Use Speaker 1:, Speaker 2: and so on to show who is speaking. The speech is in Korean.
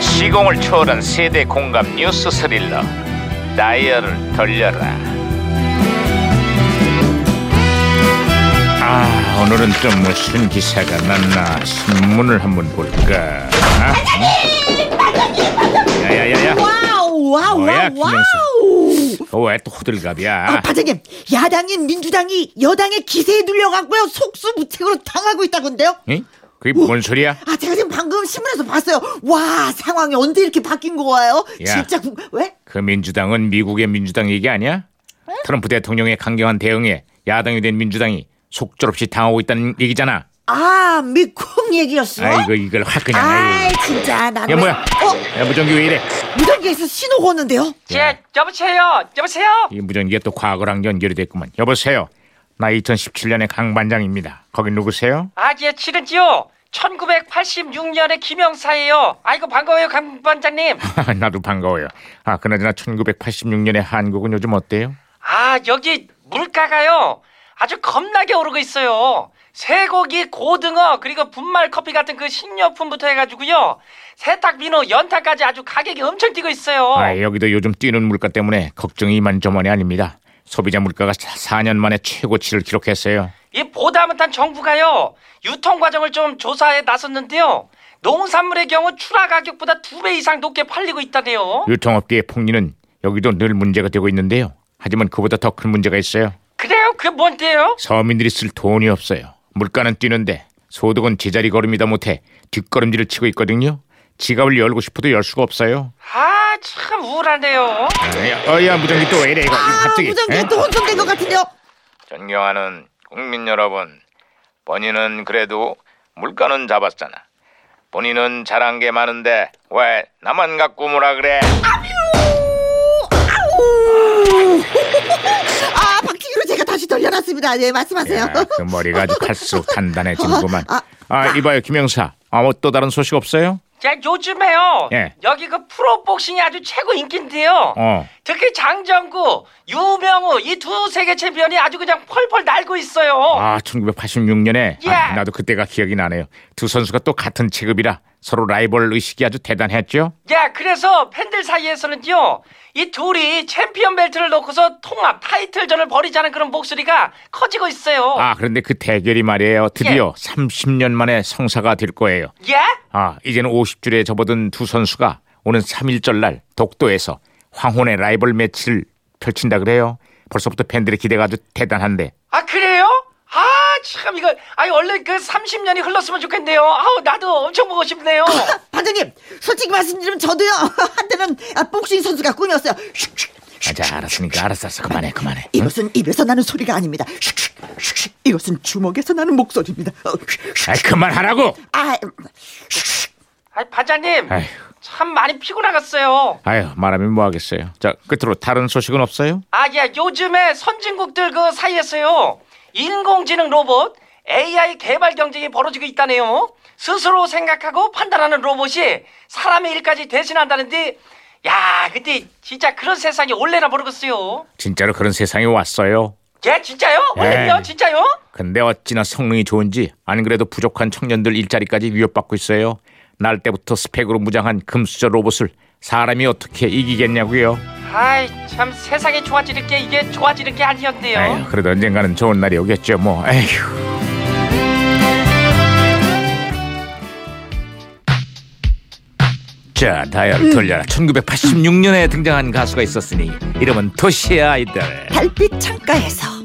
Speaker 1: 시공을 초월한 세대 공감 뉴스 스릴러 다이얼을 돌려라 아 오늘은 또 무슨 기사가 났나 신문을 한번 볼까 반장님! 야야야야
Speaker 2: 와우 와우
Speaker 1: 뭐야,
Speaker 2: 와우 와우
Speaker 1: 왜 또 호들갑이야
Speaker 2: 아, 반장님 야당인 민주당이 여당의 기세에 눌려갖고요 속수무책으로 당하고 있다던데요
Speaker 1: 응? 그게 뭔 소리야
Speaker 2: 아 제가 지금 방금 신문에서 봤어요 와 상황이 언제 이렇게 바뀐 거예요
Speaker 1: 야.
Speaker 2: 진짜 궁- 왜?
Speaker 1: 그 민주당은 미국의 민주당 얘기 아니야? 트럼프 대통령의 강경한 대응에 야당이 된 민주당이 속절없이 당하고 있다는 얘기잖아.
Speaker 2: 아 미쿵 얘기였어?
Speaker 1: 아이고 이걸 확 그냥.
Speaker 2: 아이,
Speaker 1: 아이고.
Speaker 2: 진짜 나는
Speaker 1: 야
Speaker 2: 왜-
Speaker 1: 뭐야?
Speaker 2: 어?
Speaker 1: 야 네, 무전기 왜 이래?
Speaker 2: 무전기에서 신호가 오는데요
Speaker 1: 야,
Speaker 3: 제 예, 여보세요 여보세요
Speaker 1: 이 무전기가 또 과거랑 연결이 됐구만. 여보세요. 나 2017년의 강 반장입니다. 거긴 누구세요?
Speaker 3: 아예 치른지요 1986년의 김영사예요 아이고 반가워요 강 반장님
Speaker 1: 나도 반가워요. 아 그나저나 1986년의 한국은 요즘 어때요?
Speaker 3: 아 여기 물가가요 아주 겁나게 오르고 있어요 쇠고기 고등어 그리고 분말 커피 같은 그 식료품부터 해가지고요 세탁 비누 연탄까지 아주 가격이 엄청 뛰고 있어요
Speaker 1: 아 여기도 요즘 뛰는 물가 때문에 걱정이 이만저만이 아닙니다. 소비자 물가가 4년 만에 최고치를 기록했어요.
Speaker 3: 이 보다 못한 정부가요 유통 과정을 좀 조사에 나섰는데요 농산물의 경우 출하 가격보다 두 배 이상 높게 팔리고 있다네요
Speaker 1: 예. 유통업계의 폭리는 여기도 늘 문제가 되고 있는데요. 하지만 그보다 더 큰 문제가 있어요.
Speaker 3: 그래요 그게 뭔데요?
Speaker 1: 서민들이 쓸 돈이 없어요. 물가는 뛰는데 소득은 제자리 걸음이다 못해 뒷걸음질을 치고 있거든요. 지갑을 열고 싶어도 열 수가 없어요.
Speaker 3: 아, 참 우울하네요.
Speaker 1: 야, 어, 야 무전기 또 왜 이래 이거 이거
Speaker 2: 아
Speaker 1: 갑자기. 예?
Speaker 2: 무전기에
Speaker 1: 에?
Speaker 2: 또 혼선된 것 같은데요
Speaker 4: 존경하는 국민 여러분, 본인은 그래도 물가는 잡았잖아. 본인은 잘한 게 많은데 왜 나만 갖고 뭐라 그래?
Speaker 2: 아 박치기로 제가 다시 돌려놨습니다 네 말씀하세요
Speaker 1: 야, 그 머리가 아주 갈수록 단단해지는구만.
Speaker 2: 아,
Speaker 1: 아 이봐요 김영사. 아뭐또 다른 소식 없어요?
Speaker 3: 자, 요즘에요.
Speaker 1: 예.
Speaker 3: 여기 그 프로복싱이 아주 최고 인기인데요.
Speaker 1: 어.
Speaker 3: 특히 장정구, 유명우 이 두 세계 챔피언이 아주 그냥 펄펄 날고 있어요.
Speaker 1: 아 1986년에 아,
Speaker 3: 예.
Speaker 1: 나도 그때가 기억이 나네요. 두 선수가 또 같은 체급이라 서로 라이벌 의식이 아주 대단했죠.
Speaker 3: 야, 그래서 팬들 사이에서는요. 이 둘이 챔피언 벨트를 놓고서 통합 타이틀전을 벌이자는 그런 목소리가 커지고 있어요.
Speaker 1: 아 그런데 그 대결이 말이에요 드디어 30년 만에 성사가 될 거예요
Speaker 3: 예?
Speaker 1: 아 이제는 50줄에 접어든 두 선수가 오는 3일절 날 독도에서 황혼의 라이벌 매치를 펼친다 그래요 벌써부터 팬들의 기대가 아주 대단한데
Speaker 3: 아, 그래요? 아, 참 이거 아니 원래 그 30년이 흘렀으면 좋겠네요. 아우, 나도 엄청 보고 싶네요.
Speaker 2: 반장님 솔직히 말씀드리면 저도요 한때는 아, 복싱 선수가 꿈이었어요 슉슉
Speaker 1: 아, 자 알았으니까 알았어 알았어 그만해 그만해 응?
Speaker 2: 이것은 입에서 나는 소리가 아닙니다 슉슉 슉슉 이것은 주먹에서 나는 목소리입니다 어,
Speaker 1: 아
Speaker 2: 슉슉.
Speaker 1: 그만하라고
Speaker 2: 아, 음,
Speaker 3: 아, 반장님.
Speaker 1: 아휴,
Speaker 3: 참 많이 피곤하겠어요.
Speaker 1: 아휴 말하면 뭐하겠어요 자 끝으로 다른 소식은 없어요?
Speaker 3: 아, 예, 요즘에 선진국들 그 사이에서요. 인공지능 로봇, AI 개발 경쟁이 벌어지고 있다네요. 스스로 생각하고 판단하는 로봇이 사람의 일까지 대신한다는데, 야, 근데 진짜 그런 세상이 올래나 모르겠어요.
Speaker 1: 진짜로 그런 세상이 왔어요
Speaker 3: 예, 진짜요?
Speaker 1: 에이.
Speaker 3: 원래요? 진짜요?
Speaker 1: 근데 어찌나 성능이 좋은지 안 그래도 부족한 청년들 일자리까지 위협받고 있어요. 날 때부터 스펙으로 무장한 금수저 로봇을 사람이 어떻게 이기겠냐고요.
Speaker 3: 아이, 참 세상이 좋아지는 게 이게 좋아지는 게 아니었네요.
Speaker 1: 에휴, 그래도 언젠가는 좋은 날이 오겠죠. 뭐. 에휴. 자, 다이얼 돌려라. 1986년에 등장한 가수가 있었으니 이름은 도시의 아이들.
Speaker 2: 달빛 창가에서